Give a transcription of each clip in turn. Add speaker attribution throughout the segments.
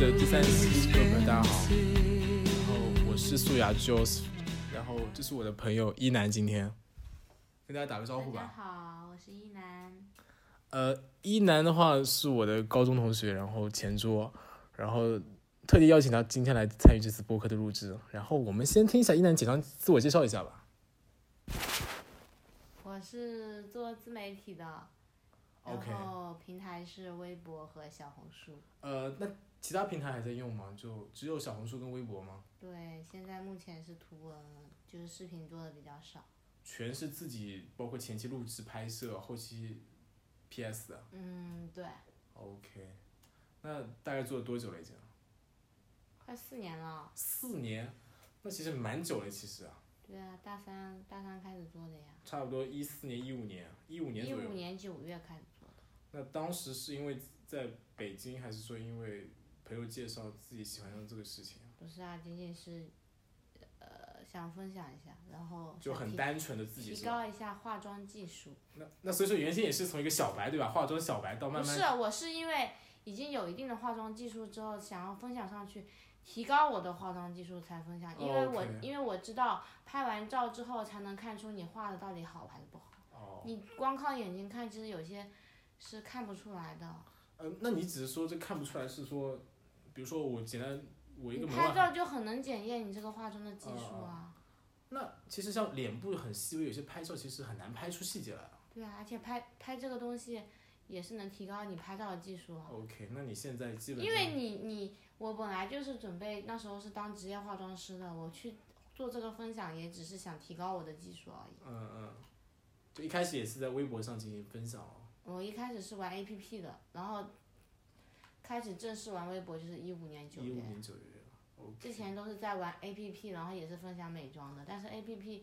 Speaker 1: Yes, Brother，大家好。然后我是素雅 Joseph，然后这是我的朋友一南，今天跟大家打个招呼
Speaker 2: 大家
Speaker 1: 吧。
Speaker 2: 好，我是一楠。
Speaker 1: 呃，一南的话是我的高中同学，然后前桌，然后特地邀请他今天来参与这次播客的录制。然后我们先听一下一南简单自我介绍一下吧。
Speaker 2: 我是做自媒体的
Speaker 1: OK
Speaker 2: 然后平台是微博和小红书。
Speaker 1: 呃，那其他平台还在用吗？就只有小红书跟微博吗？
Speaker 2: 对，现在目前是图文，就是视频做的比较少。
Speaker 1: 全是自己，包括前期录制、拍摄、后期 PS 的。
Speaker 2: 嗯，对，
Speaker 1: OK，那大概做了多久了已经？
Speaker 2: 快四年了。
Speaker 1: 四年，那其实蛮久了，其实啊，
Speaker 2: 对啊，大三大三开始做的呀，
Speaker 1: 差不多一四年、一五年、啊一五年
Speaker 2: 一
Speaker 1: 左右
Speaker 2: 五。年九月开始做的。
Speaker 1: 那当时是因为在北京，还是说因为朋友介绍自己喜欢上这个事情，
Speaker 2: 不是啊，仅仅是，呃，想分享一下，然后
Speaker 1: 就
Speaker 2: 想
Speaker 1: 很
Speaker 2: 提
Speaker 1: 单纯的自己
Speaker 2: 提
Speaker 1: 是吧？
Speaker 2: 高一下化妆技术。
Speaker 1: 那那所以说原先也是从一个小白对吧，化妆小白到慢
Speaker 2: 不是
Speaker 1: 慢，
Speaker 2: 我是因为已经有一定的化妆技术之后，想要分享上去，提高我的化妆技术才分享，因为我、
Speaker 1: 哦 OK
Speaker 2: 因为我知道拍完照之后才能看出你画的到底好还是不好，
Speaker 1: 哦，
Speaker 2: 你光靠眼睛看，其实有些是看不出来的。
Speaker 1: 嗯、那你只是说这看不出来是说，比如说我简单我一
Speaker 2: 你
Speaker 1: 个门
Speaker 2: 拍
Speaker 1: 外汉，
Speaker 2: 照就很能检验你这个化妆的技术啊，
Speaker 1: 那其实像脸部很细微，有些拍照其实很难拍出细节来啊。
Speaker 2: 对啊，而且拍拍这个东西也是能提高你拍照的技术啊。
Speaker 1: OK，那你现在基本
Speaker 2: 因
Speaker 1: 上
Speaker 2: 为你你我本来就是准备那时候是当职业化妆师的，我去做这个分享也只是想提高我的技术啊而已。
Speaker 1: 嗯，嗯，就一开始也是在微博上进行分享哦。
Speaker 2: 我一开始是玩 APP 的，然后开始正式玩微博就是一五年九
Speaker 1: 一五
Speaker 2: 月，
Speaker 1: 年九月，OK。
Speaker 2: 之前都是在玩 APP，然后也是分享美妆的，但是 APP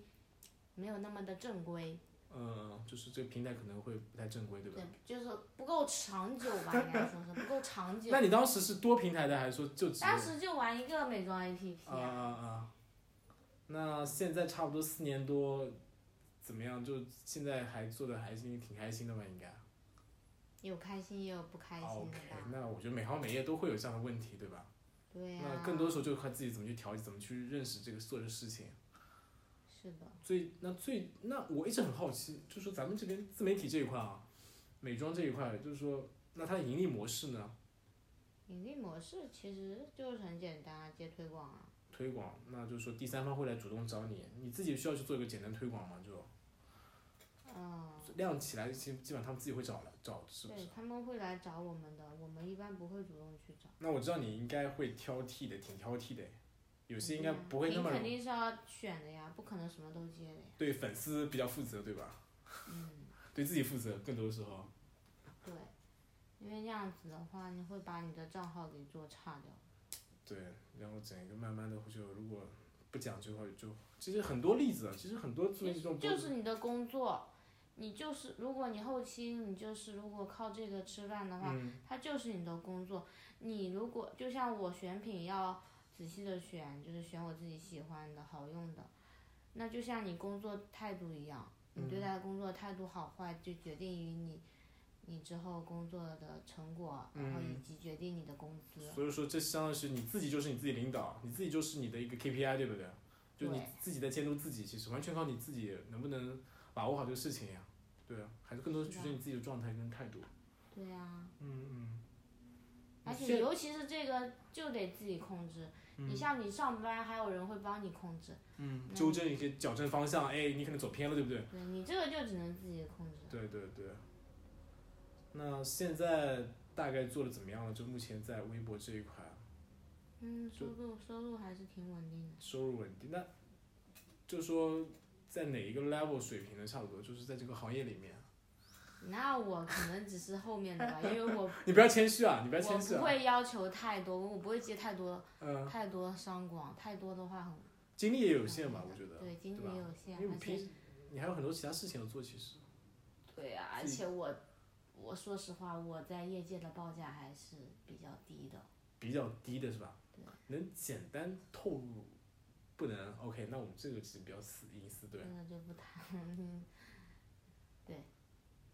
Speaker 2: 没有那么的正规，
Speaker 1: 嗯，就是这个平台可能会不太正规，对吧
Speaker 2: 对？，就是不够长久吧，应该 说是不够长久
Speaker 1: 那。你当时是多平台的，还是说就只有？
Speaker 2: 当时就玩一个美妆 APP
Speaker 1: 啊啊啊！那现在差不多四年多，怎么样？就现在还做的还是挺开心的吧？应该。
Speaker 2: 有开心也有不开心的
Speaker 1: 啊 OK，
Speaker 2: 吧？
Speaker 1: 那我觉得每行每业都会有这样的问题，对吧？
Speaker 2: 对呀、啊
Speaker 1: 那更多时候就看自己怎么去调节，怎么去认识这个做这个事情。
Speaker 2: 是的。
Speaker 1: 最那最那我一直很好奇，就是说咱们这边自媒体这一块啊，美妆这一块，就是说那它的盈利模式呢，
Speaker 2: 盈利模式其实就是很简单啊，接推广啊。
Speaker 1: 推广，那就是说第三方会来主动找你，你自己需要去做一个简单推广嘛，就
Speaker 2: 嗯，
Speaker 1: 亮起来，基基本上他们自己会找来找，是不
Speaker 2: 对
Speaker 1: 是？
Speaker 2: 他们会来找我们的，我们一般不会主动去找。
Speaker 1: 那我知道你应该会挑剔的，挺挑剔的，有些应该
Speaker 2: 对呀
Speaker 1: 不会那么
Speaker 2: 你嗯肯定是要选的呀，不可能什么都接的呀。
Speaker 1: 对粉丝比较负责，对吧？
Speaker 2: 嗯，
Speaker 1: 对自己负责，更多时候。
Speaker 2: 对，因为那样子的话，你会把你的账号给做差掉。
Speaker 1: 对，然后整一个慢慢的就如果不讲究的话，就其实很多例子，啊，其实很多自媒体这种
Speaker 2: 就是你的工作，你就是如果你后期你就是如果靠这个吃饭的话，
Speaker 1: 嗯
Speaker 2: 它就是你的工作。你如果就像我选品要仔细的选，就是选我自己喜欢的好用的，那就像你工作态度一样，你
Speaker 1: 嗯
Speaker 2: 对待工作态度好坏就决定于你。你之后工作的成果，然后以
Speaker 1: 嗯
Speaker 2: 及决定你的工资，
Speaker 1: 所以说，这相当于是你自己就是你自己领导，你自己就是你的一个 KPI，对不对？就你
Speaker 2: 对
Speaker 1: 自己在监督自己，其实完全靠你自己能不能把握好这个事情呀。对啊，还是更多取决于你自己的状态跟态度。
Speaker 2: 对呀、
Speaker 1: 嗯嗯。
Speaker 2: 而且
Speaker 1: 现
Speaker 2: 尤其是这个就得自己控制。你像你上班，还有人会帮你控制，
Speaker 1: 嗯，
Speaker 2: 嗯
Speaker 1: 纠正一些矫正方向，哎，你可能走偏了，对不对？
Speaker 2: 对你这个就只能自己控制。
Speaker 1: 对对对。那现在大概做的怎么样了？就目前在微博这一块，
Speaker 2: 嗯，
Speaker 1: 就
Speaker 2: 收入收入还是挺稳定的。
Speaker 1: 收入稳定，那就说在哪一个 level 水平呢？差不多就是在这个行业里面。
Speaker 2: 那我可能只是后面的吧，因为我
Speaker 1: 你不要谦虚啊！你不要
Speaker 2: 我
Speaker 1: 谦虚
Speaker 2: 不
Speaker 1: 啊！
Speaker 2: 会要求太多，我不会接太多
Speaker 1: 嗯。
Speaker 2: 太多商广，太多的话很
Speaker 1: 精力也有限吧，我觉得。
Speaker 2: 对精力
Speaker 1: 吧
Speaker 2: 也有限，
Speaker 1: 因为
Speaker 2: 而
Speaker 1: 平
Speaker 2: 且
Speaker 1: 时你还有很多其他事情要做，其实。
Speaker 2: 对啊，而
Speaker 1: 自己
Speaker 2: 且我我说实话，我在业界的报价还是比较低的。
Speaker 1: 比较低的是吧？能简单透露，不能 OK，那我们这个其实比较私隐私，对。
Speaker 2: 那个就不谈。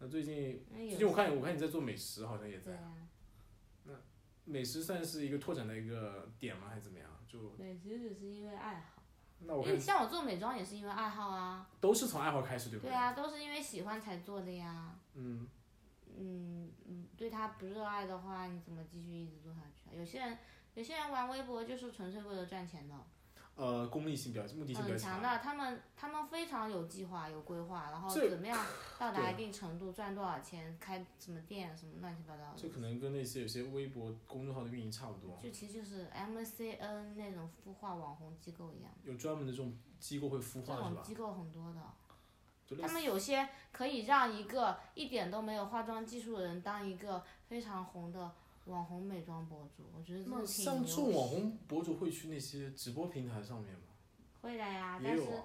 Speaker 1: 那最近
Speaker 2: 那
Speaker 1: 最
Speaker 2: 有
Speaker 1: 近我看我看你在做美食，好像也
Speaker 2: 对
Speaker 1: 在。
Speaker 2: 啊，
Speaker 1: 美食算是一个拓展的一个点吗？还是怎么样？就
Speaker 2: 美食只是因为爱好，
Speaker 1: 那我
Speaker 2: 因为
Speaker 1: 看
Speaker 2: 像我做美妆也是因为爱好啊，
Speaker 1: 都是从爱好开始，对不
Speaker 2: 对
Speaker 1: 对？
Speaker 2: 啊，都是因为喜欢才做的呀。
Speaker 1: 嗯，
Speaker 2: 嗯嗯，对它不热爱的话，你怎么继续一直做下去啊？有些人有些人玩微博就是纯粹为了赚钱的，
Speaker 1: 呃，功利性比较，目的性比较
Speaker 2: 很嗯强的，他们他们非常有计划、有规划，然后
Speaker 1: 这
Speaker 2: 怎 么样到达
Speaker 1: 对
Speaker 2: 一定程度，赚多少钱，开什么店，什么乱七八糟
Speaker 1: 这
Speaker 2: 的。
Speaker 1: 可能跟那些有些微博公众号的运营差不多，
Speaker 2: 就其实就是 MCN 那种孵化网红机构一样，
Speaker 1: 有专门的这种机构会孵
Speaker 2: 这
Speaker 1: 化是
Speaker 2: 种
Speaker 1: 吧？
Speaker 2: 机构很多的。
Speaker 1: 就类
Speaker 2: 他
Speaker 1: 似
Speaker 2: 们有些可以让一个一点都没有化妆技术的人当一个非常红的网红美妆博主，我觉得这
Speaker 1: 那
Speaker 2: 个挺
Speaker 1: 像
Speaker 2: 牛
Speaker 1: 这种
Speaker 2: 的
Speaker 1: 网红博主会去那些直播平台上面吗？
Speaker 2: 会的呀，
Speaker 1: 也
Speaker 2: 但是
Speaker 1: 有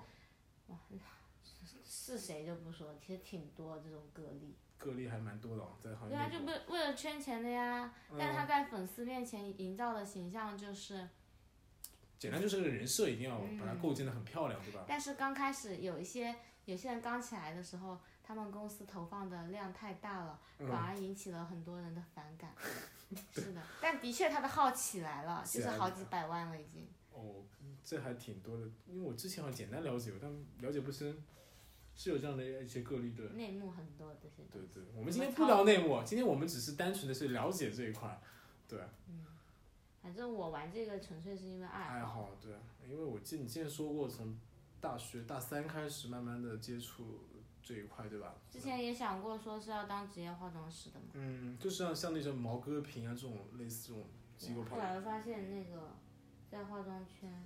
Speaker 1: 啊
Speaker 2: 是谁就不说，了，其实挺多这种个例。
Speaker 1: 个例还蛮多的啊，在嗯行
Speaker 2: 对
Speaker 1: 业
Speaker 2: 啊，
Speaker 1: 内
Speaker 2: 就
Speaker 1: 部。
Speaker 2: 为为了圈钱的呀，但是他在粉丝面前营造的形象就是，
Speaker 1: 简单就是这个人设一定要把它
Speaker 2: 嗯
Speaker 1: 构建的很漂亮，对吧？
Speaker 2: 但是刚开始有一些有些人刚起来的时候，他们公司投放的量太大了，反
Speaker 1: 嗯，
Speaker 2: 而引起了很多人的反 感。 是的，但的确他的号起来了，
Speaker 1: 起
Speaker 2: 就
Speaker 1: 来了
Speaker 2: 是
Speaker 1: 啊
Speaker 2: 好几百万了已经。
Speaker 1: 哦，这还挺多的，因为我之前好像简单了解过，但了解不深，是有这样的一些个例的。
Speaker 2: 内幕很多这些东
Speaker 1: 对
Speaker 2: 西。
Speaker 1: 对，我们今天不聊内幕，啊今天我们只是单纯的是了解这一块，对，
Speaker 2: 反正我玩这个纯粹是因为爱
Speaker 1: 爱
Speaker 2: 好。
Speaker 1: 好，对，啊因为我记得你之前说过，从大学大三开始慢慢的接触这一块，对吧？
Speaker 2: 之前也想过说是要当职业化妆师的嘛，
Speaker 1: 嗯，就像像那种毛戈平啊这种类似这种机构配
Speaker 2: 后，来发现那个在化妆圈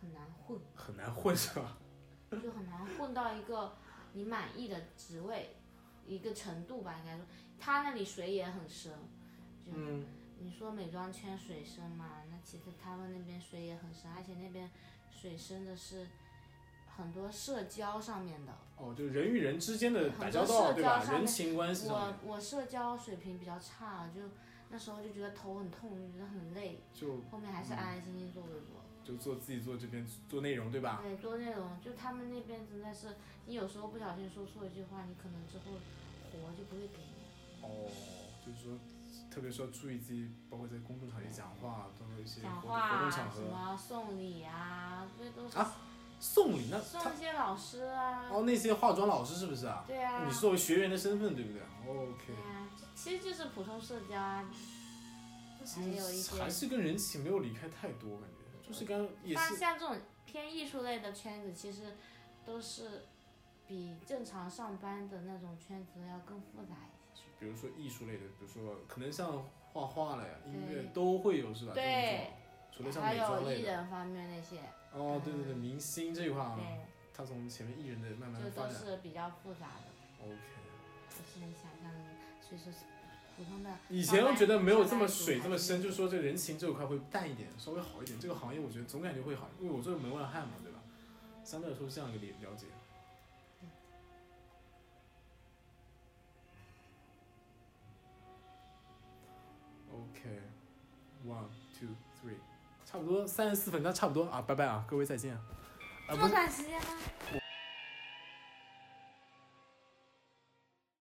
Speaker 2: 很难混。
Speaker 1: 很难混是吧？
Speaker 2: 就很难混到一个你满意的职位，一个程度吧，应该说，他那里水也很深。就
Speaker 1: 嗯，
Speaker 2: 你说美妆圈水深嘛，那其实他们那边水也很深，而且那边水深的是很多社交上面的。
Speaker 1: 哦，就人与人之间的
Speaker 2: 很
Speaker 1: 打交
Speaker 2: 多
Speaker 1: 道，
Speaker 2: 社
Speaker 1: 对
Speaker 2: 交
Speaker 1: 吧？
Speaker 2: 上
Speaker 1: 人
Speaker 2: 面
Speaker 1: 情关系上面
Speaker 2: 我我社交水平比较差，就那时候就觉得头很痛，就觉得很累，
Speaker 1: 就
Speaker 2: 后
Speaker 1: 嗯
Speaker 2: 面还是安安心心做微博。
Speaker 1: 就做自己做这边做内容，对吧？
Speaker 2: 对，做内容，就他们那边真的是，你有时候不小心说错一句话，你可能之后活就不会给你了。
Speaker 1: 哦，就是说，特别是要注意自己，包括在公众场合讲话，包括一些
Speaker 2: 讲
Speaker 1: 活
Speaker 2: 话
Speaker 1: 活动
Speaker 2: 啊，
Speaker 1: 场
Speaker 2: 什
Speaker 1: 合，
Speaker 2: 么送礼啊，这都是
Speaker 1: 啊送礼那
Speaker 2: 送
Speaker 1: 他
Speaker 2: 一些老师啊，
Speaker 1: 哦那些化妆老师是不是啊？
Speaker 2: 对啊，
Speaker 1: 你是作为学员的身份对不对
Speaker 2: 对
Speaker 1: ？OK，
Speaker 2: 啊，其实就是普通社交啊，还有
Speaker 1: 其
Speaker 2: 一
Speaker 1: 实
Speaker 2: 些嗯
Speaker 1: 还，是跟人情没有离开太多，感觉就是刚也
Speaker 2: 但
Speaker 1: 是
Speaker 2: 像这种偏艺术类的圈子，其实都是比正常上班的那种圈子要更复杂一些。
Speaker 1: 比如说艺术类的，比如说可能像画画了呀、音乐
Speaker 2: 对
Speaker 1: 都会有是吧？
Speaker 2: 对
Speaker 1: 这种，除了像
Speaker 2: 还
Speaker 1: 美妆
Speaker 2: 有
Speaker 1: 类
Speaker 2: 艺
Speaker 1: 的，
Speaker 2: 人方面那些，
Speaker 1: 哦，对对对，明星这一块啊，
Speaker 2: 对，
Speaker 1: 他从前面艺人的慢慢
Speaker 2: 就
Speaker 1: 发
Speaker 2: 都
Speaker 1: 展
Speaker 2: 是比较复杂的，
Speaker 1: ，OK。
Speaker 2: 不是你想象的，所以说是普通的。
Speaker 1: 以前我觉得没有这么水
Speaker 2: 上班族
Speaker 1: 这么深，就是说这人情这一块会淡一点，稍微好一点。这个行业我觉得总感觉会好，因为我作为门外汉嘛，对吧？相对来说是这样一个了了解。OK，one two three，差不多三十四分，那差不多啊，拜拜啊，各位再见啊。啊，
Speaker 2: 这
Speaker 1: 不
Speaker 2: 么
Speaker 1: 是，
Speaker 2: 短时间吗？